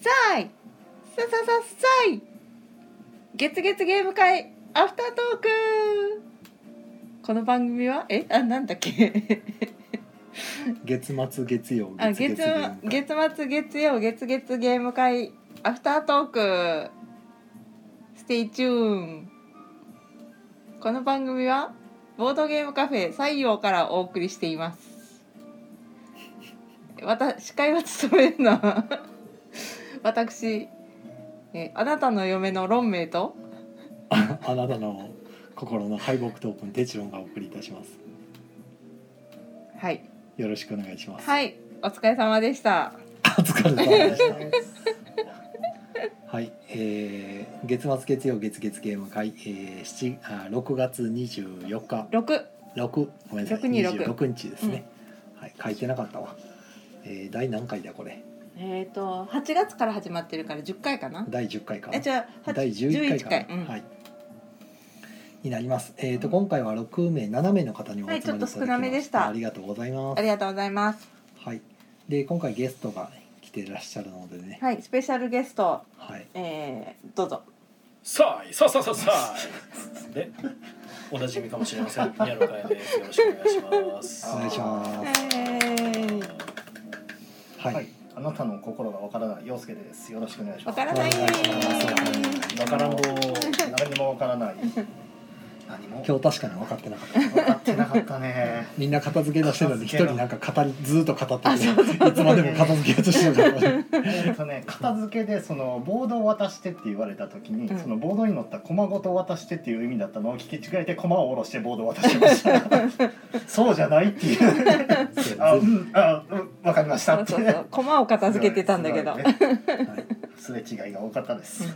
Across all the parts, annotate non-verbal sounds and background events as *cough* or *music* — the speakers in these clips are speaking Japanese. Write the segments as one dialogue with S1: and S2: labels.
S1: さいささささい月月ゲーム会アフタートークこの番組はえあなんだっけ
S2: 月末月曜
S1: あ月
S2: 月々限
S1: 月末月曜月月ゲーム会アフタートークステイチューンこの番組はボードゲームカフェ西洋からお送りしています私司会を務めるのは *laughs* 私えあなたの嫁のロンメイと
S2: 界あなたの心の敗北トークンテチロンがお送りいたします
S1: はい
S2: よろしくお願いします、
S1: はいお疲れ様でした
S2: お疲れ様でしたはい、えー、月末月曜月月ゲーム会、えー、7あ6月24日
S1: 六
S2: 6ごめんなさい
S1: 626
S2: 26日ですね、はい書いてなかったわえー、第何回だこれ
S1: えっ、と八月から始まってるから十回かな
S2: 第10回かな
S1: えじゃあ
S2: 第11回か
S1: 11回うん
S2: はいになります。えっ、と、今回は6名7名の方にお集まりいた
S1: はいち
S2: だきま
S1: ょっと少なめでした
S2: ありがとうございま
S1: あ
S2: す。
S1: りがとうございます。
S2: はい。で今回ゲストが来ていらっしゃるのでね。
S1: はい、スペシャルゲスト、
S2: はい。
S1: えー、どうぞ。
S3: さあ、さあさあさあさあ。で、おなじみかもしれません。宮野佳代です。よろしくお願いします。
S2: お願いし
S1: え
S2: ま
S1: ー、
S2: す。はい。
S4: はい、あなたの心がわからない陽介です。よろしくお願いし
S1: わ
S4: ま
S1: か
S4: す。
S1: らない。
S4: わからんぼー。何もわからない。 *laughs* 何も。
S2: 今日確かに分かってなかった。
S4: 分かってなかったね。
S2: みんな片付け出してるのに一
S4: 片
S2: 人
S4: 付けの
S2: なんか語りずーっと語ってていつまでも片付けようとしてるから。
S4: えっとね、片付けでそのボードを渡してって言われた時に、
S1: うん
S4: そのボードに乗った駒ごと渡してっていう意味だったのを聞き違えて駒を下ろしてボードを渡しました。
S1: *laughs*
S4: そうじゃないっていう。あ、うん、あ、うん、わかりまし
S1: そ
S4: た
S1: う
S4: って。
S1: そうそう、駒を片付けてたんだけど。
S4: すごいね
S2: はい
S4: すれ違いが多かったです。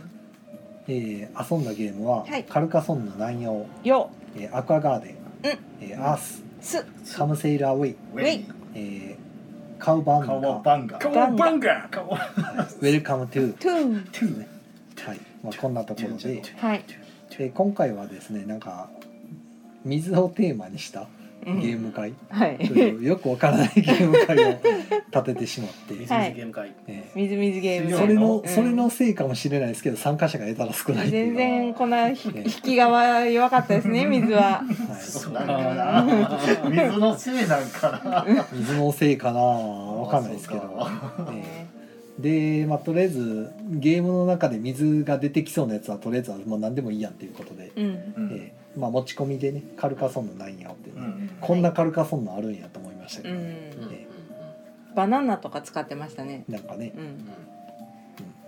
S2: えー、遊んだゲームは、
S1: はい
S2: カルカソンの南洋、
S1: よ、
S2: えー、アクアガーデン、えーアース、
S1: す、
S2: カムセイラーウェイ、
S4: ウェイ、
S2: えー、カウバン
S4: カ
S2: ガ
S4: オバンガ。
S3: カモバンガー。カモ。
S2: ウェルカムトゥ
S1: トゥーン。
S2: ー、ねはいまあ、こんなところで
S1: はい。
S2: で今回はですねなんか水をテーマにした
S1: う
S2: ゲー
S1: ん、
S2: ム会
S1: は
S2: と
S1: い。
S2: いうよくわからないゲーム会を立ててしまって、
S3: 水
S1: は
S3: 水ゲーム会。
S2: え
S1: みずみずゲー
S2: ー
S1: ム。
S2: それの、
S1: うん
S2: それのせいかもしれないですけど参加者が得たら少ないってい
S1: 全
S2: う
S1: 然、このひ
S2: え
S1: 引きが弱かったですね、水は。
S2: は
S4: そうなんだよな。水のせいなんかな。
S2: い、水のせいかなわかんないですけど
S4: あそ、
S2: えーで、まあ、とりあえずゲームの中で水が出てきそうなやつはとりあえずはもう何でもいいやんということで、
S1: うん。
S4: うん
S2: えーまあ、持ち込みでねカルカソンのなんやってね、
S4: うん
S2: こんなカルカソンのあるんやと思いましたけ
S1: う
S2: ど、
S1: ん。
S2: え
S1: バナナとか使ってましたね。
S2: ーなんかね、
S1: う
S3: うん
S1: ん。
S2: うん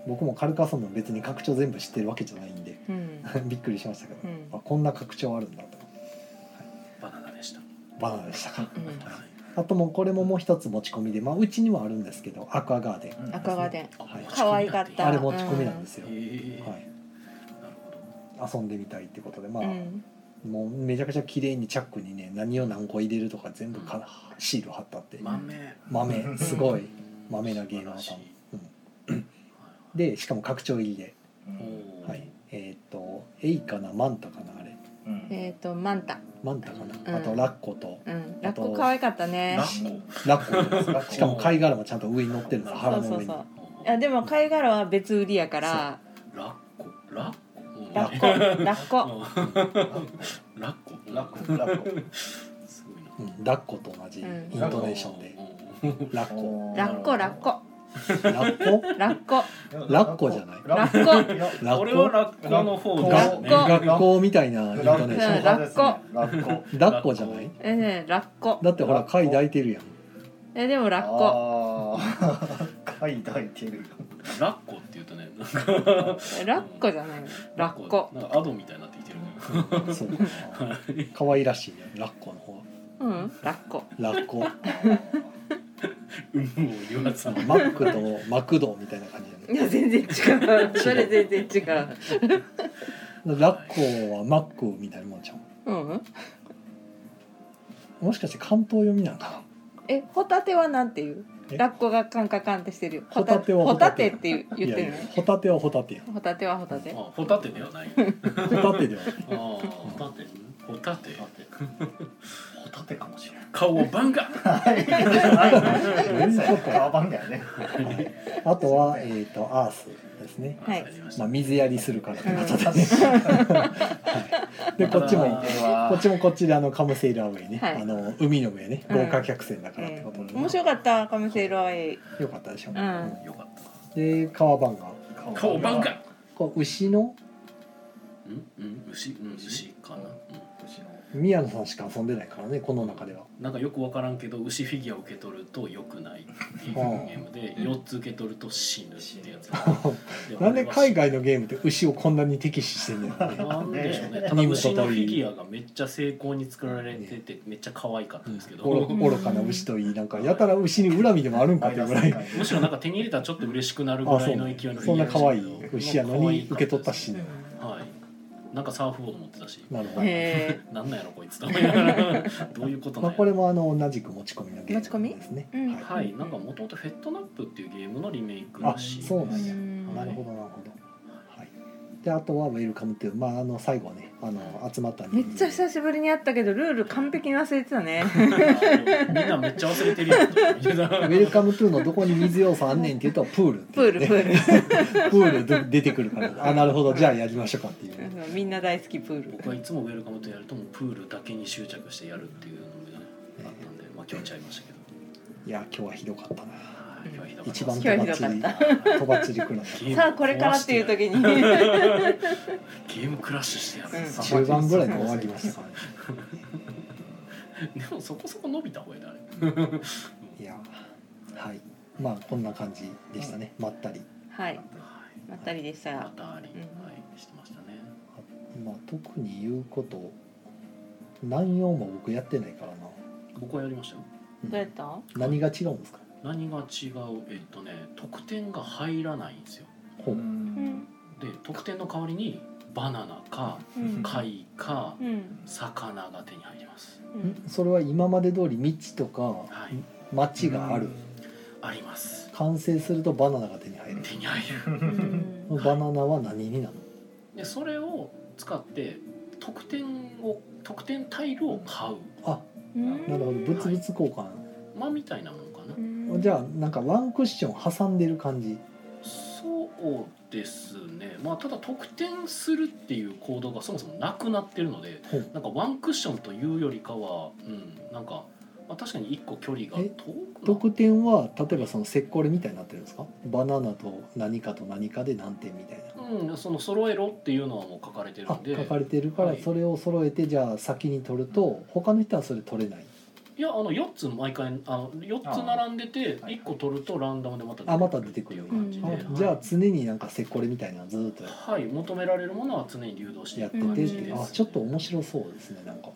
S2: 僕もカルカソンの別に拡張全部知ってるわけじゃないんで *laughs*
S1: うん。
S2: びっくりしましたけど、
S1: うん
S2: あこんな拡張あるんだと
S3: バナナでした。
S2: バナナでしたか
S1: うん
S2: あともうこれももう一つ持ち込みでまあうちにもあるんですけどアクアガーデン、
S4: うん
S1: 赤がで。
S2: はい
S1: 可愛かった。。
S2: あれ持ち込みなんですすよ、
S3: ええ。
S2: は
S3: なるほど。
S2: い、遊んでみたいってことでまあ、
S1: うん。
S2: もうめちゃくちゃ綺麗にチャックにね何を何個入れるとか全部か、
S3: うん
S2: シール貼ったって
S3: 豆。
S2: 豆すごい
S3: うん
S2: 豆なゲーマーさん
S3: 素晴らし
S2: う
S3: い
S2: んでしかも拡張入りで、
S4: うん
S3: おー
S2: はい、えーっとエイかなマンタかなあれ
S4: うん
S1: えっと、マンタ。
S2: マンタかな、
S1: うん
S2: あとラッコと
S1: うん。ラ
S2: あ
S1: ッ
S2: と
S1: コ可愛かったね
S3: ラ。ッ
S2: ラ
S1: *laughs*
S2: ッコしかも貝殻もちゃんと上に乗ってるんです
S1: そ
S2: 腹
S1: う
S2: の
S1: そ
S2: 上
S1: う
S2: に
S1: そう。
S3: コ。
S1: いやでも貝殻は別売りやから
S3: ラッコ。ラッコ。
S1: ラッコラッコ
S3: うん。ラッコ。
S4: ラッコラッ
S3: すごいな。
S2: うん、ラッコと同じイ
S1: うん
S2: ントネーションで、
S3: で。
S2: ラッコ
S4: コ *laughs*
S1: ラッコラッコ
S2: ラッコ
S1: ラッコ
S2: ラッコじゃない
S1: ラッコ
S4: ラッ
S2: ラ
S3: 俺
S2: ッコ
S3: はラッコの方だよね。
S1: ラッコ
S2: 学校みたいなイン
S4: コ
S2: ト
S4: ラッコ
S2: ネーシ
S1: うん
S2: ョン
S4: ラッコラッコ
S2: ラッコじゃない
S1: えねラッコ
S2: だってほら貝抱いてるやん
S1: えでもラッコ
S4: コ貝抱いてる
S3: ラッコって言うとね、なんか
S1: ラッコじゃないのラッコ
S3: なんかアドみたいになってきてるね。
S2: そうかな可愛らしいねラッコの方
S1: うんラッコ
S2: ラッコ
S3: うん、もう言わずに。
S2: マックとマクドみたいな感じだ
S1: い
S2: ね
S1: や全然違うそれ全然違う
S2: ラッコはマックみたいなもんちゃう
S1: うん
S2: もしかして関東読みなんか
S1: えホタテはなんていう
S2: え
S1: ラッコがカンカカンってしてるよ
S2: ホタテは
S1: ホ
S2: ホ
S1: タ
S2: タ
S1: テ
S2: テ
S1: っていう
S2: な
S1: 言ってる
S2: いやいやホタテはホタテや
S1: のホタテはホタテ
S3: あ、ホタテではない。あ
S2: ホタテではない
S3: あ、ホタテ。ホタテ。
S4: ホタテかもしれない
S3: 顔をバンガ。
S4: はいはい
S2: どういうこと
S4: バンガやね
S2: あとは、えっ、と、アースですね。
S1: はい
S3: わかりました
S2: まあ、水やりするからってことでね。 *laughs* はい。で、こっちも、
S3: こ
S2: こっちもこっちで、あの、カムセイルアウェイね、
S1: はい
S2: あの、海の上ね、豪華客船だからってことで、ね
S1: 面白かったカムセイルアイ
S2: よかったでしょ
S1: う。ん
S3: よかっ
S2: で、川番が、
S3: た顔バンカ
S2: こう、牛の、
S3: うんうん牛うん牛かな、う
S2: 宮野さんしか遊んでないからね、この中では。
S3: ん、なんかよくわからんけど牛フィギュアを受け取ると良くないっていうゲームで4つ受け取ると死ぬってやつ
S2: なんで海外のゲームで牛をこんなに敵視してんのよ、ね。
S3: なんでしょうね。ただ牛のフィギュアがめっちゃ精巧に作られててめっちゃ可愛かったんですけど、
S2: 愚愚かな牛といいなんかやたら牛に恨みでもあるんかっていうぐらい
S4: マイナス
S3: むしろなんか手に入れたらちょっと嬉しくなるぐらいの勢いの
S2: そんな可愛い牛やのに受け取った
S3: し。
S2: しね、
S3: はい。なんかサーフボード持ってたし。
S2: なるほど、
S1: へ
S3: なんなんやろこいつと思いなが
S2: *laughs*
S3: らどういうこと
S2: ま
S3: な
S2: あ、
S3: んや
S2: これもあの同じく持ち込みのゲームですね、
S1: 持ち込みうん
S2: はい
S3: はいなんかもともとフェットナップっていうゲームのリメイク
S2: あ
S3: らしいです
S2: そうなん
S1: う
S2: や
S1: ん
S2: なるほどなるほどはいであとはウェルカムっていうまああの最後はねあの集まった
S1: めっちゃ久
S2: し
S1: しぶりに会ったけどルール完璧に忘れてた
S2: *laughs*
S1: ね
S3: みんなめっちゃ忘れてるよ
S2: ウ *laughs* ェルカムトゥーのどこに水要素あんねんって言うとプールって
S1: プー
S2: いう
S1: ル *laughs*
S2: ね
S1: プール
S2: *laughs* プールで出てくるからあなるほどじゃあやりましょうかっていう
S1: うんみんな大好きプール
S3: 僕はいつもウェルカムとやるともうプールだけに執着してやるっていうのがあったんでまあ今日ちゃいましたけど
S2: いや今日はひどかったな
S3: はい今日はひどかった
S2: 一番
S1: 今
S2: と
S1: 日
S2: ば
S1: は
S2: っち
S1: ひどか
S2: り
S1: っ
S2: とばっちりくらっ
S1: *laughs*
S2: た
S1: さあこれからっていう時に
S3: ゲームクラッシュしてやる、
S1: うん
S2: 中盤ぐらいで終わりましたからね
S3: でもそこそこ伸びた方やであれ
S2: いやはいまあこんな感じでしたね、まったり
S1: *laughs* はい
S3: はい
S1: まったりでした
S3: ま
S1: が
S3: たあり、
S1: うん
S3: はいしてましたね
S2: まあ特に言うこと南洋も僕やってないからな、
S3: 僕はやりましたよ
S2: うん
S1: どうやった
S2: 何が違うんですか
S3: 何が違うえっとね得点が入らないんですよ
S2: ほう
S4: *laughs*
S1: うん
S3: で得点の代わりにバナナか
S1: うん
S3: 貝か
S1: うん
S3: 魚が手に入ります
S1: うん
S2: それは今まで通り道とか
S3: はい
S2: 町がある、
S3: あります
S2: 完成するとバナナが手に入る、
S3: 手に入る
S1: うん
S2: バナナは何になる
S3: でそれを使って得点を得点タイルを買う
S2: のあ
S1: うん
S2: なるほど物々交換、
S3: まあみたいなもんかな
S1: うん
S2: じゃあなんかワンクッション挟んでる感じ
S3: そうですねまあただ得点するっていう行動がそもそもなくなってるので
S2: ほう
S3: なんかワンクッションというよりかはうんなんか、まあ、確かに一個距離が
S2: え
S3: 遠く
S2: 得点は例えばその石膏れみたいになってるんですかバナナと何かと何かで何点みたいな
S3: なうんその揃えろっていうのはもう書かれてる
S2: あ
S3: んで
S2: 書かれてるか
S3: は
S2: ら
S3: い
S2: それを揃えてじゃあ先に取ると他の人はそれ取れない
S3: いやあの4つ毎回あの4つ並んでて1個取るとランダムでまた
S2: あまた出てくる
S3: っていう感じで、
S1: うん
S3: はい
S2: あじゃあ常になんか石膏れみたいなのずーっと
S3: はい求められるものは常に流動して
S2: や
S3: い
S2: って
S3: く
S2: て
S3: 感
S2: っ
S3: じ
S2: て
S3: で
S2: い
S3: す、
S2: うあちょっと面白そうですねなんか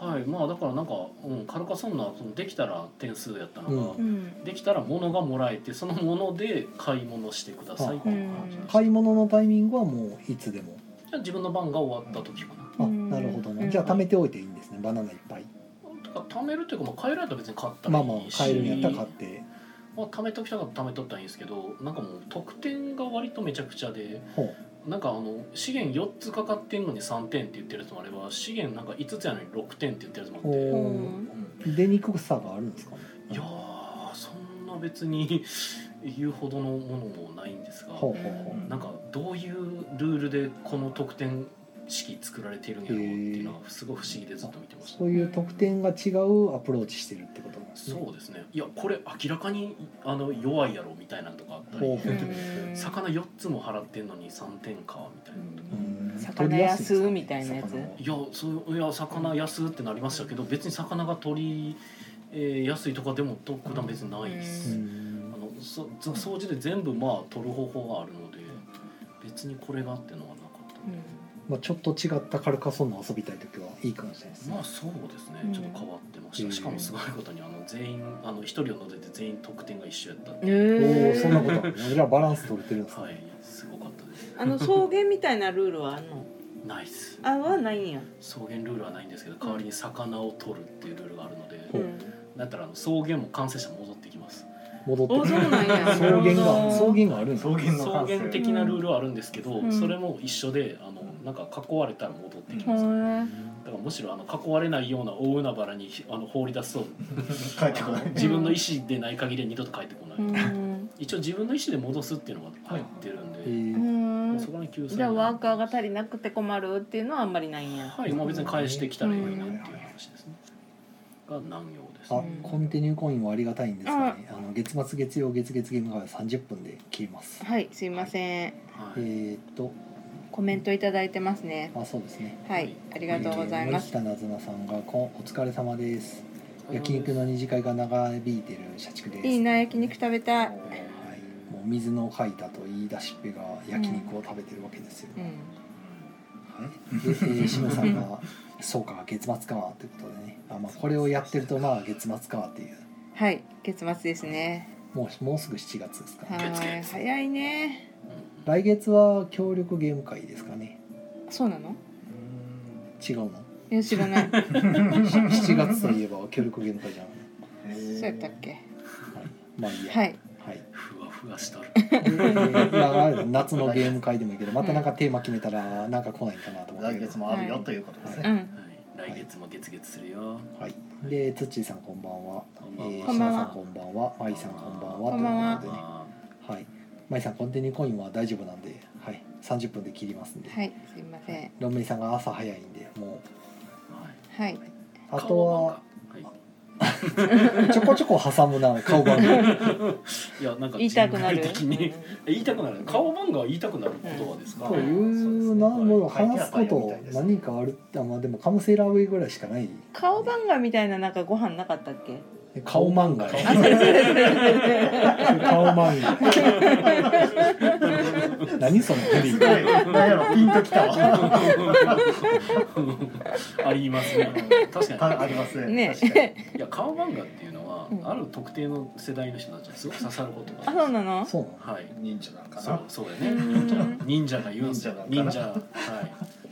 S3: はいまあだからなんか、うん、カルカソンナそのできたら点数やったのが、
S2: う
S1: うん
S3: できたら物がもらえてその物で買い物してくださいっていう感じです、
S2: 買い物のタイミングはもういつでも
S3: じゃあ自分の番が終わった時か
S2: あ
S3: な、
S1: うん
S2: なるほど
S1: う
S2: ね
S1: ん
S2: じゃあ貯めておいていいんですねバナナいっぱい
S3: とか貯めるっていうか、まあ、買えるやったら別に買った
S2: ま
S3: ら
S2: あまあ
S3: いいし、
S2: 買えるんやったら買って
S3: まあ貯めときたかったら貯めとったらいいんですけどなんかもう得点が割とめちゃくちゃで
S2: ほう
S3: なんかあの資源4つかかってんのに3点って言ってるやつもあれば資源なんか5つやのに6点って言ってるやつもあって
S1: う
S2: ほ
S1: ん
S2: う出にくさがあるんですかね
S3: いやーそんな別に言うほどのものもないんですが
S2: ほうほうほ
S4: うん
S3: なんかどういうルールでこの得点式作られているんやろうっていうのがすごい不思議でずっと見てま
S2: う
S3: した
S2: そういう得点が違うアプローチしてるってことなんですね
S3: そうですねいやこれ明らかにあの弱いやろみたいなのとかあったり
S2: ほうほう
S3: 魚4つも払ってんのに3点かみたいな
S2: うん
S1: 魚安うみたいなやつ
S2: 取りやすいんですかね
S3: いやそういや魚安ってなりましたけど別に魚が取り、えー安いとかでも特段別にないです、
S1: う
S2: 魚
S3: あ
S2: は
S3: のそそ掃除で全部まあ取る方法があるので別にこれがってのはなかった、
S2: まあ、ちょっと違ったカルカソンヌ遊びたい時はいいかもしれないですね
S3: まあそうですね、
S1: うん
S3: ちょっと変わってましたしかもすごいことにあの全員あの一人を除いて全員得点が一緒やったんで、
S2: おお
S1: え
S2: そんなことあるね俺はバランス取れてるんですね、
S3: はいすごかったです
S1: あの草原みたいなルールはあんの
S3: ナイス
S1: あはないんや
S3: 草原ルールはないんですけど代わりに魚を取るっていうルールがあるので、
S2: ほう
S3: だったらあの草原も完成者戻ってきます
S2: 戻って
S1: おそうなんや
S2: 草原が
S1: なる
S2: 草
S1: ほど
S2: 原があるんです
S4: 草
S2: ね
S4: 原の
S3: 草
S4: 完成
S3: 原的なルールはあるんですけど、
S1: うん
S3: それも一緒であのなんか囲われたら戻ってき
S1: へ
S3: ます、だ
S1: ー
S3: からむしろあの囲われないような大海原にあの放り出すと
S4: 帰ってこない
S3: 自分の意思でない限りは二度と帰ってこない、
S1: うん
S3: 一応自分の意思で戻すっていうのが入ってるんで、
S2: えー
S1: う
S3: そ
S1: ん
S3: こに救済
S1: じゃあワーカーが足りなくて困るっていうのはあんまりないんや
S3: はい、まあ別に返してきたらいいなっていう話ですね。が難用です
S2: あ
S3: ね。
S2: コンティニューコインはありがたいんですがねあの月末月曜月月ゲームが30分で消えます、
S1: はいすいません
S3: はい。
S2: えー、っと
S1: コメントいただいてますね
S2: あそうですね
S1: はいありがとうございます
S2: えー森下なずなさんがこん「お疲れ様です」「焼肉の二次会が長引いてる社畜です」
S1: いいな焼肉食べたい
S2: はい、もう水のかいたと言い出しっぺが焼肉を食べてるわけですよ、
S1: うん
S2: で、えー、志乃さんが「そうか月末か」ということでねあ、まあ、これをやってるとまあ月末かっていう
S1: はい月末ですね
S2: もうもうすぐ7月ですか
S1: は
S2: ら、
S3: 月
S1: い
S3: 月
S1: 早いね
S2: 来月は協力ゲーム会ですかね
S1: そうなの
S2: 違うの
S1: いや知らない *laughs* そ
S2: 7月といえば協力ゲーム
S1: *laughs*
S2: 会じゃない、
S1: うやったっけ
S2: はい、まあいいや
S1: はい、
S2: はい
S3: ふわふわした
S1: *laughs*
S3: る。
S2: でえーいやあれ夏のゲーム会でもいいけどまたなんかテーマ決めたらなんか来ないかなと思っ
S4: 来
S2: て
S4: 月もあるよということです
S1: う
S4: ね。
S1: ん
S3: はい。来月も月月するよ。
S2: はい、で、つっちーさんこんばんは。
S3: こんばんは
S2: えー
S1: こんばんは
S2: しなさんこんばんは。まいさんこんばんは。
S1: こんばんは
S2: ということで
S3: ま
S2: ね。はい。まいさんコンティニューコインは大丈夫なんで、はい、三十分で切りますんで。
S1: はいすいません
S2: ロンメイさんが朝早いんで、も
S3: あはい。
S1: はい、
S2: う。あとは、
S3: 顔なんか。は
S2: ちょこちょこ挟むな、顔が。
S3: い。いやなんか
S1: 言いたくなる
S3: 人類的に言いたくなる。顔漫画は言いたくなることはですか。
S2: こういうなもの話すこと何かあるってまあでもカムセラウェイぐらいしかない
S1: 顔漫画みたいななんかご飯なかったっけ
S2: 顔漫画
S1: あそれそれそれそれ
S2: 顔漫画何そのプリン
S4: すごい、なんやろ、ピンときたわ。
S3: ありますね。確かに
S4: あ。りますね。
S1: ね
S4: 確かに
S3: いや顔漫画っていうのは、
S1: うん
S3: ある特定の世代の人たちにすごく刺さることが
S1: あそうなの
S2: そうなの
S3: はい。
S4: 忍者なんか
S3: そう
S4: な。
S3: そうだよ
S1: う *laughs*
S3: ね。
S1: ん
S3: 忍者が言うんですよ。忍者
S4: 忍者
S3: は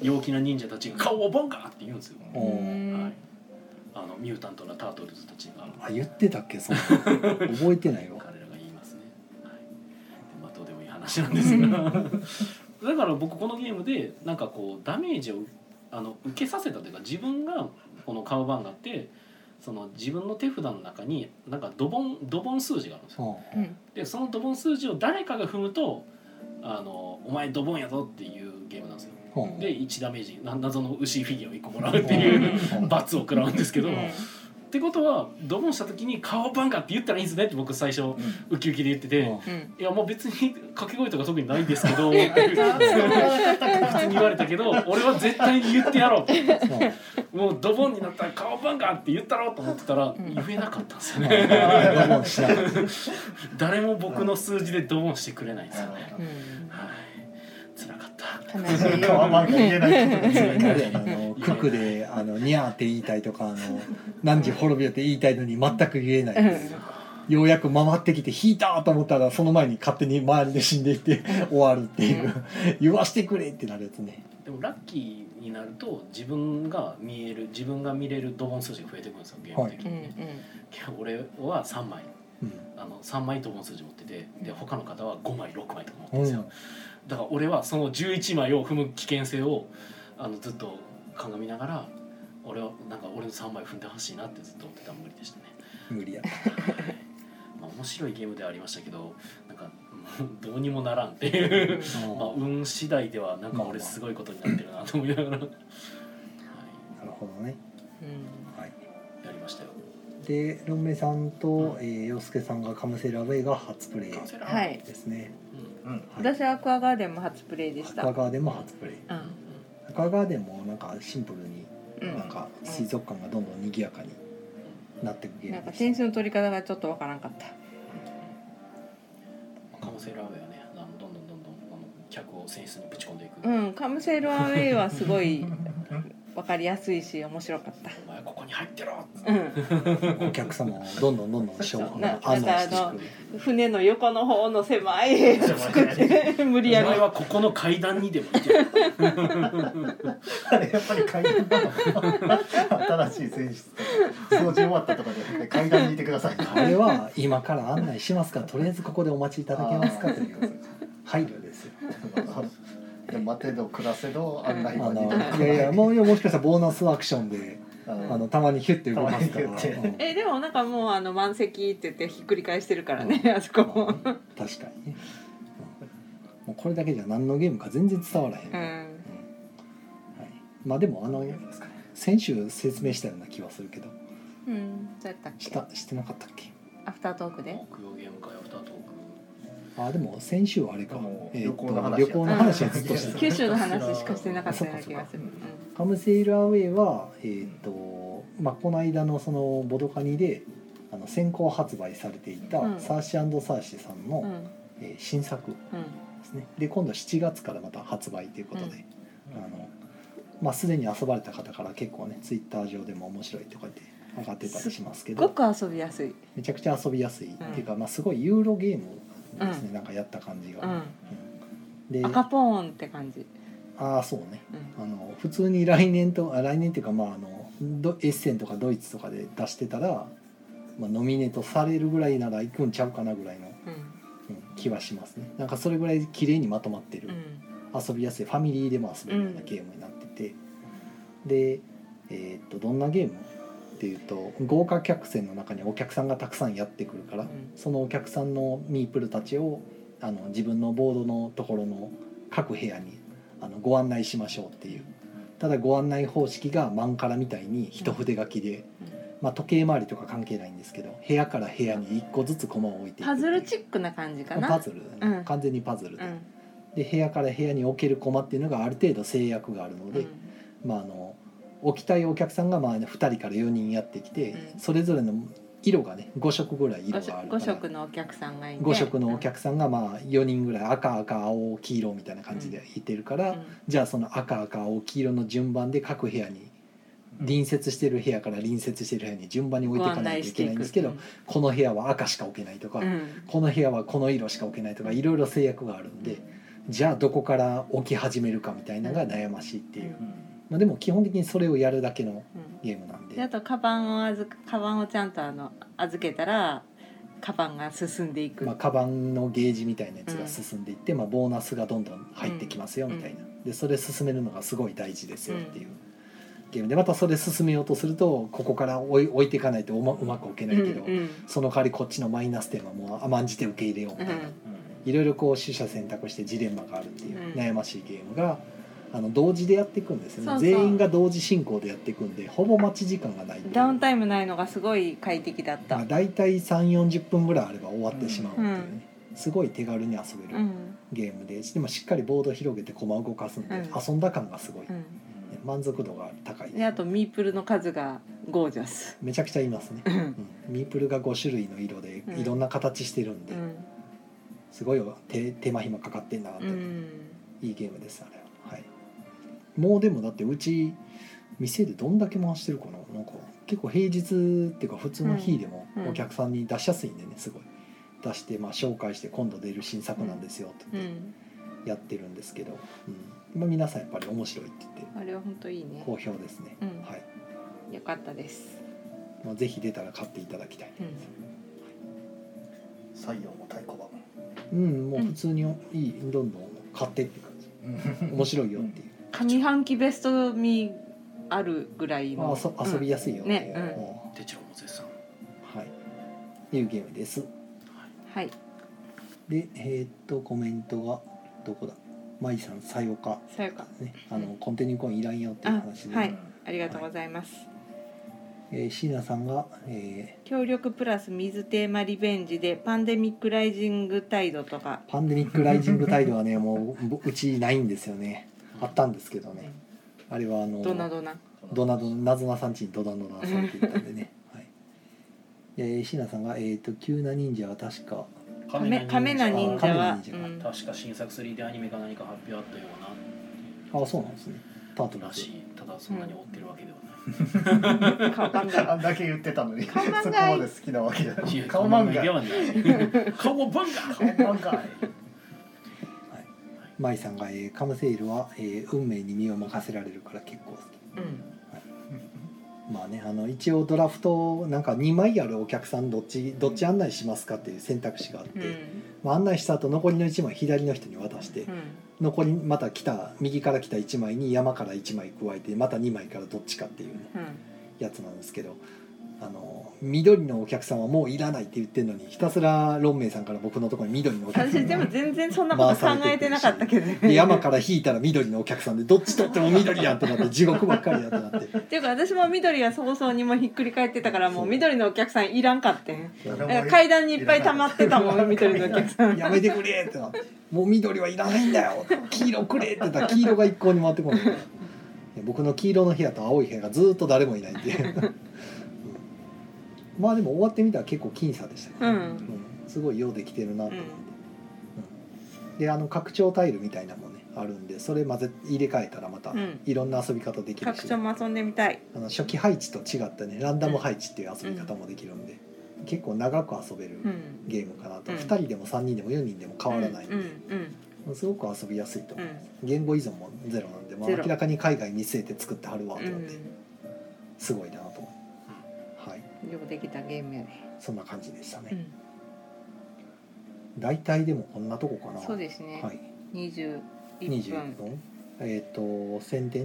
S3: い。陽気な忍者たちが顔をボンガーって言うんですよ。
S1: う
S2: おー
S1: ん
S3: はい。あのミュータントなタートルズたちが
S2: あ言ってたっけそんな覚えてないわ
S3: 彼らが言いますね。はい。でまあどうでもいい話なんですが、 *laughs* だから僕このゲームでなんかこうダメージをあの受けさせたというか自分がこの顔番があって。その自分の手札の中になんかドボンドボン数字があるんですよ
S2: う
S1: うんん
S3: でそのドボン数字を誰かが踏むと「あのお前ドボンやぞ」っていうゲームなんですよ
S2: うん
S3: で1ダメージな謎の牛フィギュアを1個もらうっていう
S2: うん
S3: 罰を食らうんですけど、
S1: うん
S3: ってことはドボンした時に「顔バンカーって言ったらいいんですねって僕最初
S4: うん
S3: ウキウキで言ってて「
S2: う
S1: う
S2: ん
S1: ん
S3: いやもう別に掛け声とか特にないんですけど」って普通に言われたけど俺は絶対に言ってやろうと
S2: そう
S3: もうドボンになったら「顔バンカーって言ったろうと思ってたら
S1: ん
S3: 言えなかったんですよ
S2: ま
S3: ね
S2: あ我慢しながら
S3: 誰も僕の数字でドボンしてくれないんですよね
S1: う
S3: はい辛かった
S1: ん悲しい
S4: 顔は
S1: よ
S4: 漫画言えないことですね。
S2: あれやなあの九九であのニャーって言いたいとかあの何時滅びよって言いたいのに全く言えないですようやく回ってきて引いたと思ったらその前に勝手に周りで死んでいって終わるっていう言わしてくれってなるやつね
S3: でもラッキーになると自分が見える自分が見れるドボン数字が増えてくるんですよゲーム的
S1: う
S3: に
S1: ん
S3: ね、いや俺は3枚
S2: うん
S3: あの3枚ドボン数字持っててで他の方は5枚6枚とか持ってる
S2: うん
S3: んですよ、だから俺はその11枚を踏む危険性をあのずっと鑑みながら俺はなんか俺の3枚踏んでほしいなってずっと思ってたら無理でしたね、
S2: 無理や
S3: まあ、面白いゲームではありましたけどなんか *laughs* もうどうにもならんっていう
S1: うん
S2: うん
S3: まあ、運次第ではなんか俺すごいことになってるなと思いながら、は
S2: なるほどね
S1: うん
S2: はい
S3: い、やりましたよ。
S2: でロンメイさんと、えー、洋介さんがカムセラウェイが初プレイ
S3: カウンセラー
S1: は、い
S2: ですね
S3: うん
S4: うん。
S1: 私はアクアガーデンも初プレイでし
S2: ア
S1: た
S2: クアガーデンも初プレイ
S1: うん
S2: アクアガーデンもなんかシンプルに
S1: う
S2: なん
S1: ん
S2: か水族館がどんどん賑やかになっていくゲ
S1: なん
S2: ーム
S1: か
S2: で
S1: 点
S2: す
S1: 数の取り方がちょっとわからんかった
S3: カムセラーウェイはねあのどんどんどんどんあの客を選出にぶち込んでいく、
S1: うんカムセルアウェイはすごいわかりやすいし面白かっ
S3: お前はここに入ってろ
S1: たうん
S2: お客様をどんどんどんどん商
S1: な
S2: 品案内してい
S1: なん
S2: く
S1: 船の横の方の狭い作って無
S3: お
S1: 理や
S3: 前
S1: り
S3: はここの階段にでも行ける *laughs*
S4: あれやっぱり階段の新しい選手掃除終わったとかで階段にいてください。
S2: あれは今から案内しますからとりあえずここでお待ちいただけますかという配慮ですよ
S4: で待てど暮らせど案内
S2: あ
S4: 板に
S2: のいやいやもういやもしかしたらボーナスアクションで
S4: あの
S1: うん
S2: あのたまにヒュッて動かすから、
S4: たまにヒュッて
S2: うん
S1: えでもなんかもうあの満席って言ってひっくり返してるからね、あそこも、
S2: まあね確かにね、うんもうこれだけじゃ何のゲームか全然伝わらへん、
S1: う
S2: はい、
S1: ん、
S2: まあでもあの先週説明したような気はするけど
S1: うん、そうやったっけ
S2: したしてなかったっけ
S1: アフタートークで
S3: 木曜ゲーム会アフタートーク
S2: あでも先週はあれか
S4: も、う
S2: えーと
S4: 旅行の話や
S2: 旅行の話はずっとしてた
S1: 九州の話しかしてなかったような気がする
S4: そうか
S2: カムセイルアウェイは、えーっとまあ、この間のそのボドカニであの先行発売されていた
S1: うん
S2: サーシーサーシさんの、
S1: うんうん
S2: えー新作で
S1: うん
S2: すねで今度7月からまた発売ということで、
S4: うん
S2: あのまあ、すでに遊ばれた方から結構ねツイッター上でも面白いとかって上がってたりしますけ
S1: すご
S2: ど
S1: く遊びやすい、
S2: めちゃくちゃ遊びやすい、っていうか、まあ、すごいユーロゲームですね、なんかやった感じ
S1: う
S2: が。
S1: ん、
S2: うんで
S1: 赤ポーンって感じ、
S2: ああそうね
S1: うん
S2: あの普通に来年とあ来年っていうかまああのドエッセンとかドイツとかで出してたら、まあ、ノミネートされるぐらいなら行くんちゃうかなぐらいの、
S1: うん
S2: うん気はしますねなんかそれぐらい綺麗にまとまってる、
S1: うん
S2: 遊びやすいファミリーでも遊べるような
S1: うん
S2: ゲームになってて、で、えーっとどんなゲームっていうと豪華客船の中にお客さんがたくさんやってくるから、
S1: ん
S2: そのお客さんのミープルたちをあの自分のボードのところの各部屋にあのご案内しましょうっていうただご案内方式がマンカラみたいに一筆書きで、まあ、時計回りとか関係ないんですけど部屋から部屋に1個ずつ駒を置いていく
S1: パ
S2: って
S1: ズ
S2: いう
S1: ルチックな感じかな
S2: パズル、
S1: うん
S2: 完全にパズルで
S1: うん
S2: で部屋から部屋に置ける駒っていうのがある程度制約があるの
S1: う
S2: で、
S1: ん
S2: まあ、あの置きたいお客さんがまあ2人から4人やってきて、
S1: うん
S2: それぞれの色がね5色ぐらい色
S1: 五
S2: があ
S1: 色
S2: る
S1: 五
S2: から
S1: 色のお客さんがいて
S2: 5色のお客さんがまあ4人ぐらい赤赤青黄色みたいな感じでいてるから、
S1: うん
S2: じゃあその赤赤青黄色の順番で各部屋に隣接してる部屋から隣接してる部屋に順番に置いていかないといけないんですけど、この部屋は赤しか置けないとか、
S1: うん
S2: この部屋はこの色しか置けないとかいろいろ制約があるんで。じゃあどこから置き始めるかみたいなのが悩ましいっていう、
S1: うん
S2: まあ、でも基本的にそれをやるだけの
S1: うん
S2: ゲームなんで
S1: であとカバンを預かカバンをちゃんとあの預けたらカバンが進んでいく、
S2: まあ、カバンのゲージみたいなやつが進んでいって、まあ、ボーナスがどんどん入ってきますよみたいな、でそれ進めるのがすごい大事ですよっていうゲームでまたそれ進めようとするとここから置い置いていかないとうまうまく置けないけど、
S1: うんうん
S2: その代わりこっちのマイナス点はもう甘んじて受け入れようみたいな、
S1: うん
S2: いろいろこう取捨選択してジレンマがあるっていう
S1: うん
S2: 悩ましいゲームが。あの同時でやっていくんですよね
S1: そうそう
S2: 全員が同時進行でやっていくんでほぼ待ち時間がないっていう
S1: ダウンタイムないのがすごい快適だった、
S2: まあ、大体3 4 0分ぐらいあれば終わってしまうっていうね、すごい手軽に遊べ
S1: う
S2: る
S1: ん
S2: ゲームで、でもしっかりボード広げて駒を動かすんで、
S1: うん
S2: 遊んだ感がすごい、
S1: う
S2: ね
S1: ん、
S2: 満足度が高いです
S1: であとミープルの数がゴージャス、
S2: めちゃくちゃいますね、
S1: うん
S2: うんミープルが5種類の色で
S1: うん
S2: いろんな形してるんで、
S1: うん
S2: すごい手手間暇かかってんなって、
S1: うん、
S2: いいゲームですあれは、はい、もうでもだってうち店でどんだけ回してるかななんか結構平日っていうか普通の日でも
S1: うんうん
S2: お客さんに出しやすいんでねすごい出してまあ紹介して今度出る新作なんですよって
S1: う
S2: 言っ
S1: ん、
S2: てやってるんですけど、うんまあ、皆さんやっぱり面白いって言って
S1: あれは本当いいね
S2: 好評ですね、
S1: うん
S2: はい
S1: よかったです、
S2: まあ、ぜひ出たら買っていただきたい
S1: うん
S4: 採用も太鼓判
S2: うんもう普通にいいどんどん買ってって感じ面白いよっていう、
S1: 上半期ベストみあるぐらい
S2: まあ
S1: の
S2: あそ遊びやすいよっていう、
S1: ねうん
S2: うん
S3: 手帳も絶賛
S2: はいっていうゲームです
S1: はい
S2: でえーっとコメントがどこだまいさんさようか
S1: さよか
S2: ねあの、コンティニューコインいらんよっていう話で、
S1: あはいありがとうございます、
S2: えー椎名さんが、え
S1: 協力プラス水テーマリベンジでパンデミックライジング態度とか
S2: ーパンデミックライジング態度
S1: *laughs*
S2: はねもうぼうちないんですよねあったんですけどねあれはあの
S1: どなどな
S2: ドナドナなずなさんちにドナドナさんって言ったんで
S1: *laughs*
S2: ね、はいえー、椎名さんが「えーっと急な忍者」は確か
S1: カメカメな忍者は
S2: あカメな
S1: うん
S3: 確か新作 3D アニメか何か発表あったような
S2: あそうなんですねタート
S3: う
S2: ル
S3: らし
S2: ズ
S3: いただそんなに追ってるわけではない、
S1: 顔漫
S4: あ
S1: 画
S4: んだけ言ってたのにそこ
S1: 顔漫画
S4: まで好きなわけじゃないい
S3: や
S4: 顔漫画
S3: で
S4: 顔
S3: はない顔漫画
S4: 漫画
S2: まいさんが、えーカムセイルは、えー運命に身を任せられるから結構好き」
S1: うん
S2: まあね、あの一応ドラフトなんか2枚あるお客さんどっちどっち案内しますかっていう選択肢があって、
S1: うん
S2: まあ、案内した後残りの1枚左の人に渡して、
S1: うん
S2: 残りまた来た右から来た1枚に山から1枚加えてまた2枚からどっちかっていうね
S1: うん
S2: やつなんですけどあの緑のお客さんはもういらないって言ってるのにひたすらロンメイさんから僕のところに緑のお客さ
S1: 私
S2: ん
S1: で
S2: が
S1: も全然そんなこと考えてなかったけど、
S2: で
S1: ね、
S2: 山から引いたら緑のお客さんでどっち取っても緑やんとなって地獄ばっかりやとなって
S1: *laughs* っていうか私も緑は早々にもうひっくり返ってたからもう緑のお客さんいらんかってんだから階段にいっぱい溜まってたもん緑のお客さん
S2: やめてくれってなってもう緑はいらないんだよ黄色くれって言ったら黄色が一向に回ってこないいや僕の黄色の部屋と青い部屋がずーっと誰もいないんで、うんまあでも終わってみたら結構僅差でしたけ
S1: う
S2: ど、
S1: ん、
S2: うんすごいようできてるなと
S1: う
S2: 思って、
S1: ん
S2: うんであの拡張タイルみたいなのもねあるんでそれ混ぜ入れ替えたらまた
S1: うん
S2: いろんな遊び方できるし、
S1: 拡張も遊んでみたい
S2: あの初期配置と違ったねランダム配置っていう遊び方もできるんで、結構長く遊べる
S1: うん
S2: ゲームかなと、
S1: うん
S2: 2人でも3人でも4人でも変わらないんで、
S1: うんうん
S2: すごく遊びやすいと
S1: う
S2: 思う、
S1: ん
S2: 言語依存もゼロなんで、まあ、
S1: ゼロ
S2: 明らかに海外見据えて作ってはるわと
S1: う
S2: 思って、
S1: ん
S2: すごいなと思う、はい
S1: よくできたゲームやね、
S2: そんな感じでしたね、
S1: うん、
S2: 大体でもこんなとこかな
S1: そうですね、
S2: はい
S1: 21
S2: 21
S1: 分
S2: 分えっ、と宣伝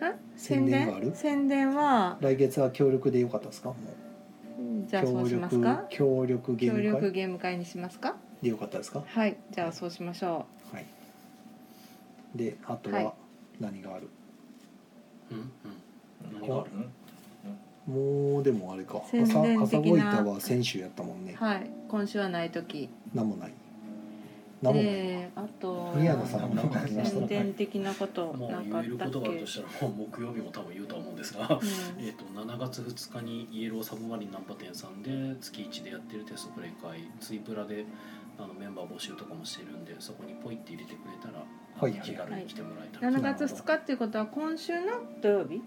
S1: は
S2: 宣伝がある
S1: 宣伝は
S2: 来月は協力でよかったですかも
S1: じゃあ
S2: う
S1: そう
S2: 協
S1: しますか
S2: 力協力ゲ
S1: 協
S2: ーム
S1: 力
S2: 会
S1: ゲーム会にしますか
S2: でよかったですか
S1: はいじゃあそうしましょ
S2: はいであと
S1: はい
S2: は何がある、
S3: うんうん何があ
S2: こ
S3: る
S2: もうでもあれか
S1: 宣
S2: 朝
S1: 伝
S2: 朝
S1: 的
S2: ごい
S1: な
S2: たは先週やったもんね
S1: うはい今週はない時
S2: 何もない何もない、
S1: であと
S2: 宮野さんも何かありました
S1: 宣伝的なこと
S3: も
S1: な
S3: うん
S1: かあ
S3: 言
S1: っ
S3: える
S1: た
S3: こ
S1: っけ
S3: とがあるとしたらもう木曜日も多分言うとは思うんです
S1: *laughs*
S3: が
S1: うん
S3: えー、と7月2日にイエローサブマリンナンパ店さんで月1でやってるテストプレイ会ツイプラであのメンバー募集とかもしてるんでそこにポイって入れてくれたら、
S2: はい
S3: あの気軽に来てもらえたら、
S1: 7月2日っていうことは今週の土曜日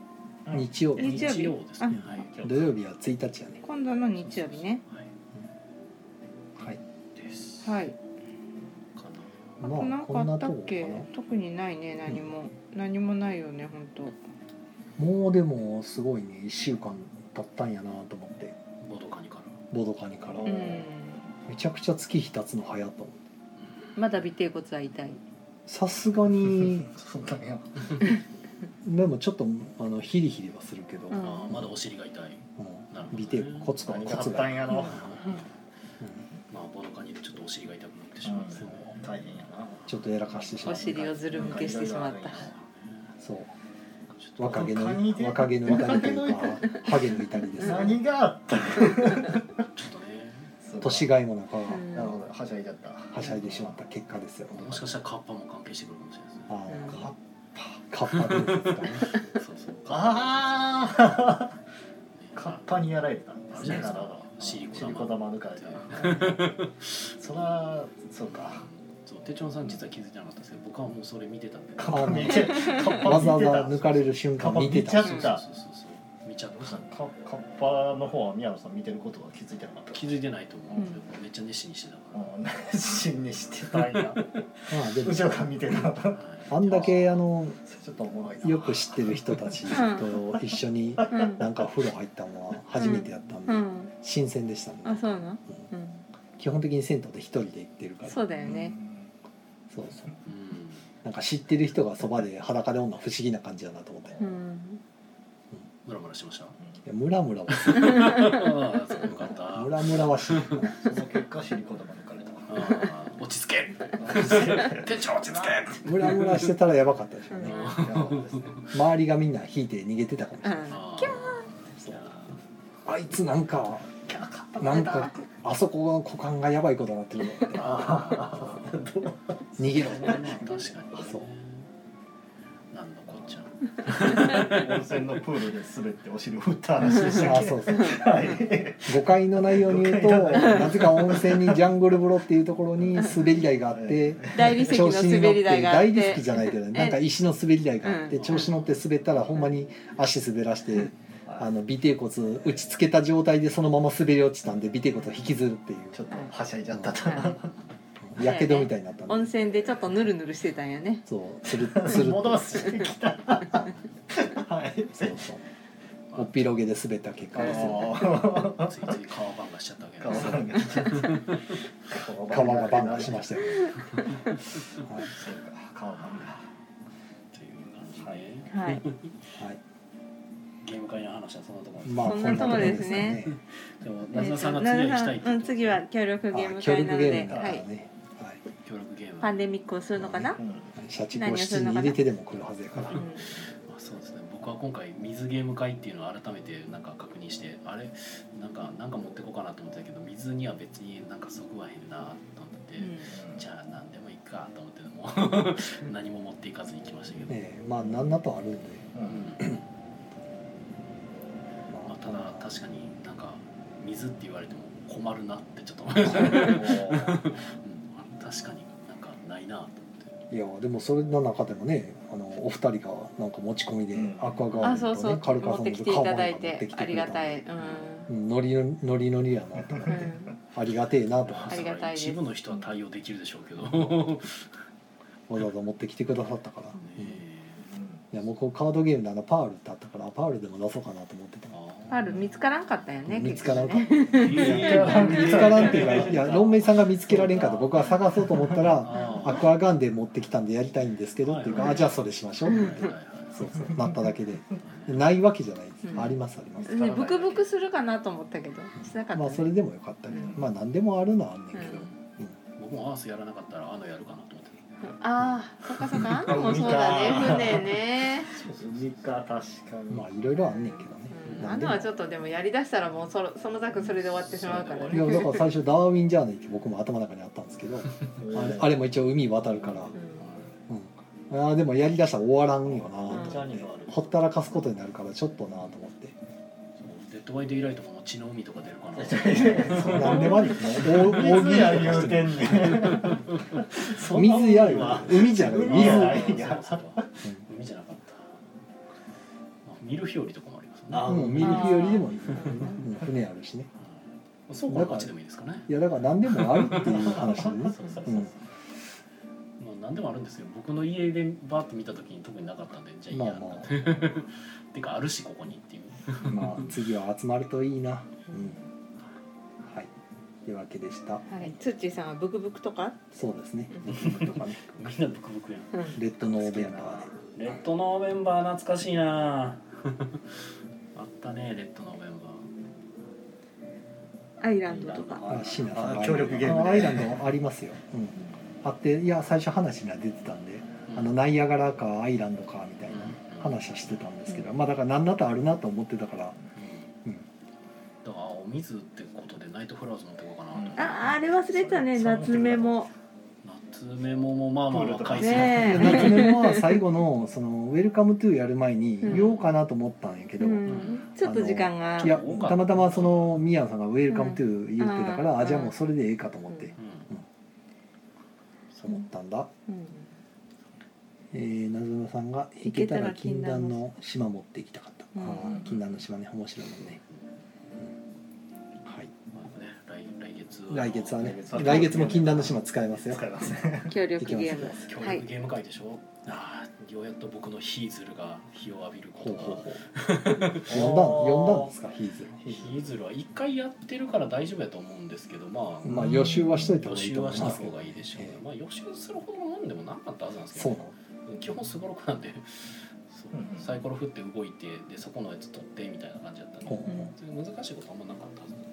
S2: 日曜日
S1: 日曜日
S3: ですね
S1: あ
S3: はい
S2: 土曜日は1日やね
S1: 今度の日曜日ね
S2: はい
S3: はいです
S1: はい
S3: かな
S1: あとなんかあったっけ
S2: こんなとこ
S1: 特にないね何も何もないよね本当
S2: かなもうでもすごいね1週間経ったんやなと思って
S3: ボドカニから
S2: ボドカニから、
S1: うん
S4: うん
S2: めちゃくちゃ月日経つの早いと思って
S1: まだ尾てい骨は痛い
S2: さすが
S1: *laughs*
S2: に
S4: *laughs* そうだね
S2: でもちょっとあのヒリヒリはするけど、
S1: うん
S3: あーまだお尻が痛 *laughs* い、なるほどね
S2: ビテコツコ
S4: 何
S2: ツ
S4: があ
S2: コ
S4: っ
S2: ツ
S4: た
S2: が、
S4: んやろ
S2: うん
S3: まあ、ボドカニでちょっとお尻が痛くなってしまって、
S4: うん大変やな
S2: ちょっとやらかしてしま
S1: お
S2: った
S1: 尻をずる向けしてしまった
S2: そう
S3: ちょっと
S2: 若気の
S4: カニで
S2: 若気の至りというかハゲの至りです
S4: 何があった
S3: ちょっとね
S2: 年がいもなか
S1: うん
S4: なるほどはしゃいじゃった
S2: はしゃいでしまった結果ですよ
S3: もしかしたらカッパも関係してくるかもしれないですね
S2: あ
S1: うん
S2: ーカッパ伝説かね
S3: そうそう
S4: ああ
S3: ね
S4: カッパにやられたんですね
S3: あ
S4: なるほど
S3: シリコ玉
S4: シ玉抜かれたそらそうか
S3: そう手帳さん実は気づいてなかったですけど僕はもうそれ見てたんで
S2: ッ
S4: カ
S2: パ
S4: ッパ
S2: 見
S4: 見
S2: て
S4: てカッパ
S2: わざわ
S4: 見て
S2: ざ
S4: た
S2: 抜かれる瞬間見て
S4: カ
S2: た
S4: ッパ見
S3: そう
S4: ち
S3: そ
S4: ゃ
S3: う
S4: った
S3: そうそう見ちゃっ
S4: どうした
S3: た
S4: のカカッパの方は宮野さん見てることは気づいてなかった
S3: 気づいてないと思うんですけど、めっちゃ熱心にしてたから、
S4: うん熱心にしてたん
S2: *laughs*
S4: や
S2: まあでも
S4: 後ろから見てたそれ
S2: あんだけあの
S4: ちょっとおもろいな
S2: よく知ってる人たちと一緒
S1: う
S2: に
S1: ん
S2: なんかお風呂入ったのは初めてやったんで、
S1: うん
S2: 新鮮でしたね
S1: あそうなの
S2: う
S1: う
S2: ん
S1: ん
S2: 基本的に銭湯で一人で行ってるから
S1: そう
S2: そう
S1: だよね
S2: そう
S3: うん
S2: なんか知ってる人がそばで裸でおんの不思議な感じだなと思って、
S1: う
S2: い
S1: ん
S3: ムラムラしてました
S2: やムラムラは
S3: ああそうよかったあ
S2: ムラムラはしないかな
S4: その結果シリコ玉抜かれた
S3: あ落ち着け手帳落ち着け
S2: ムラムラしてたらやばかったでしょう
S1: う
S2: ね、
S1: ん
S4: やばいですね
S2: 周りがみんな引いて逃げてたかもしれない、
S1: うん
S3: キャーキャ
S2: あいつなんかなんかあそこの股間がやばいことになってる *laughs*
S4: あ
S2: 逃げろ
S3: ー確かに、ね、
S2: そう
S3: なんのこっちゃ
S4: ー温泉のプールで滑ってお尻を振った話でした
S2: あ
S4: っけ
S2: そうそう
S4: はい
S2: 誤解の内容に言うと
S4: 誤解
S2: なぜか温泉にジャングル風呂っていうところに滑り台があって
S1: 大理石の滑り台があっ
S2: 調子に乗大理石
S1: て
S2: じゃないけどねなんか石の滑り台があって
S1: うん
S2: 調子乗って滑ったらほんまに足滑らしてあの尾てい骨打ちつけた状態でそのまま滑り落ちたんで尾てい骨を引きずるってい
S4: ちょっとはしゃいじゃったと
S2: うやけどみたいになったん
S1: 温
S2: で
S1: 泉でちょっとぬるぬるしてたんやね
S2: そうつるつるっと
S4: 戻してきたはい
S2: そうそうおっぴろげで滑った結
S4: あ
S2: 果ですよ
S4: の
S3: ついつい川番がしちゃったわけ
S4: 川
S3: です
S4: が
S2: 川がバンバンしましたたよ、は
S4: そうか川が
S3: っていう感じね、
S4: はい
S1: はい
S2: いはい、
S3: ゲーム会の話はそんなところです、
S2: まあ
S1: そんなとこですね
S2: こんなとこ
S3: でも
S1: え
S3: 夏菜
S1: ー
S3: さん
S1: と
S3: が
S1: な
S3: 次
S1: る
S3: は行き
S1: さ
S3: たい
S1: んうん次は協力ゲーム
S2: あ協
S1: 会
S2: 力
S1: なの
S2: ゲ
S1: で、
S2: ームだから
S1: はい、
S2: ね、はい
S3: 協力ゲーム
S1: パンデミックをするのかな、
S4: うん
S2: 社畜を室に入れてでも来るはずやから
S1: うん
S3: まあ、そうですね僕は今回水ゲーム会っていうのを改めてなんか確認してあれなんかなんか持ってこうかなと思ったけど水には別になんかそぐわへんなと思って、じゃあ何でもいいかと思って
S1: *laughs*
S3: もう何も持っていかずに来ましたけど、
S2: ねえまあ何なとあるんで、
S3: う
S4: う
S2: *laughs*
S3: んんま
S2: ま
S3: あ、
S2: あ、
S3: ただ確かになんか水って言われても困るなってちょっと思い
S1: *laughs*
S3: ました、うん、確かになんかないなと思って
S2: いやでもそれの中でもねあのお二人がなんか持ち込みで
S4: うん
S2: アクアガー
S1: あ
S2: デンと
S1: そうそ
S2: ね、
S1: う
S2: カルカ
S1: 持
S2: ソ
S1: って
S2: ン
S1: き
S2: ズ
S1: ていただいてありがたい、
S2: い
S1: うん
S2: ノリノリノリやな
S1: う
S2: と思って
S1: ん、
S2: ありがてえなと思っ
S1: ありがたいです
S3: 一部の人は対応できるでしょうけど、ね
S2: てわざわざ持ってきてくださったから、うんい
S3: え
S2: や僕カードゲームであのパールってあったからパールでも出そうかなと思ってた
S1: パール見つからんかったよね
S2: 見つからんか
S1: 結局ね
S3: いや
S2: 見つからんっていうかいやロンメイさんが見つけられんかと僕は探そうと思ったら
S3: あー
S2: アクアガンデン持ってきたんでやりたいんですけどっていうか、
S3: はい
S2: あじゃあそれしましょうって言って
S3: はいはい
S2: そうそうなっただけでないわけじゃないです、
S1: うん
S2: ありますあります、
S1: うんねブクブクするかなと思ったけどしなかった、ね
S2: まあそれでもよかったけど、
S1: うん
S2: まあ何でもあるのはあんねんけど、
S3: 僕もアースやらなかったらあのやるかなと思って
S1: うんああそっかそっ *laughs* かあんのもそうだね
S4: 海か
S1: 船 *laughs* ね、
S4: 海か確かに
S2: まあいろいろあんねんけどね、
S1: うん、あ
S2: 何
S1: ん
S2: で
S1: の
S2: も
S1: はちょっとでもやりだしたらもうそろそのざくそれで終わってしまうから
S3: と
S1: ね
S2: いやだから最初ダーウィンジャーニーって僕も頭の中にあったんですけどあれあれも一応海渡るから、うん、あーでもやりだしたら終わらんよなと思って、
S4: ジャニーがある
S2: ほったらかすことになるからちょっとなと思って
S3: そうデッドバイデイライトも血の海とか出るかな
S2: そう何でもあり
S4: 水や言うてんねんそんなもん
S2: 水やよ海じゃない
S4: 海や
S2: 水
S4: ないんや
S3: そうそうそう海じゃなかったまあミルフィオリとかもありますね
S4: あー
S2: うん、ミルフィオリでもいい、うん、船あるしね
S3: うんそうこの勝ちでもいいですかね
S2: いやだから何でもあるっていう話で
S3: そう
S2: ね
S3: そうそう
S2: う
S3: そうんまあ何でもあるんですよ僕の家でバーッと見た時に特になかったんでじゃあいい
S2: ま
S3: や
S2: あま
S3: てかあるしここにっていう
S2: あまあ次は集まるといいなうんはいというわけでした
S1: うんはい、ツッチーさんはブクブクとか、
S2: そうですねとかね
S3: みんなブクブ *laughs* クや
S1: う
S3: ん
S1: ん、
S2: レッドノーベンバーで
S3: レッドノーベンバー懐かしいなあったねレッドノーベンバー
S1: アイランドとか
S2: あシナさん
S4: あ協力ゲームね
S2: アイランドありますよ、うん、あっていや最初話には出てたんで、
S3: うん
S2: あのナイアガラかアイランドかみたいな
S3: うん
S2: 話はしてたんですけど、
S1: う
S2: まあだから何だとあるなと思ってたから、うん
S3: だからお水ってことでナイトフラワーズ持ってこうかなと思って、
S1: ああれ忘れてたね夏目も
S3: 夏メモもまあまあ若いっす
S1: ね
S2: で夏目は最後のそのウェルカムトゥーやる前に
S1: うん
S2: 言おうかなと思ったんやけど、
S1: うん、ちょっと時間が
S2: いやたまたまその宮野さんが「ウェルカムトゥー」言ってたから、
S1: うん
S2: あじゃあもうそれでええかと思って、
S1: うん
S3: うん
S2: そう思ったんだ、
S1: うん
S2: えー、なずなさんが「行けたら禁断の島持って行きたかった」
S1: うん
S2: あー禁断の島ね面白いもんね、うんはい
S3: まあね来来月
S2: 来月はね
S4: 来月は
S2: 来月も禁断の島使えますよ
S4: 使いますね
S1: 協力 *laughs* ゲ
S2: 行
S1: ー
S2: き
S1: ム
S2: ます
S3: 協
S1: は
S3: 力
S1: い
S3: ゲーム会でしょ、ああようやっと僕のヒーズルが日を浴びる
S2: ほ
S3: こと
S2: う
S3: が
S2: ほうほう呼んだ呼んだんですかヒーズ
S3: ヒーズルは1回やってるから大丈夫やと思うんですけどまあ
S2: まあ予習はしといた
S3: 予
S2: 方がいい
S3: 習
S2: と思
S3: はいした
S2: ますけ
S3: 方
S2: ど
S3: がいいでしょうね
S2: え、
S3: まあ予習するほどのもんでもなかったはずなんです
S2: え
S3: けど
S2: そう
S3: ね、
S2: なの
S3: 基本すごろくなんでそう
S4: うん
S3: サイコロ振って動いてでそこのやつ取ってみたいな感じだったんで
S2: ほうほう
S3: 難しいことあんまなかったはずなんで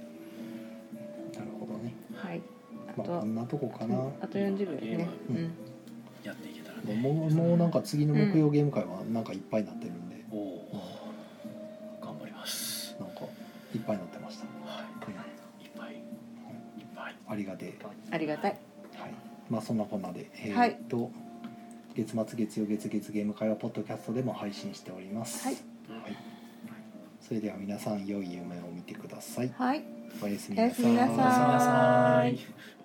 S2: なるほどね
S1: はいあ
S2: まあこ
S1: と
S2: んなとこかなも
S1: あと40秒ですね
S2: うん
S1: うん
S3: やっていけたら
S2: う
S3: ね
S2: もうなんか次の木曜ゲーム会はなんかいっぱいになってるんで
S3: おお頑張ります
S2: なんかいっぱいになってました
S3: はいいっぱいいっぱい
S2: ありがてえ
S1: ありがたい
S2: はい、まあそんなこんなで、え
S1: は
S2: ー
S1: い
S2: っと、月末月曜月月ゲーム会はポッドキャストでも配信しております、
S1: はい
S2: はいそれでは皆さん良い夢を見てください
S1: はい
S2: おやすみ
S1: おや
S2: な
S1: す
S2: さ
S1: みなさ
S2: い
S1: い
S3: おやすみなさい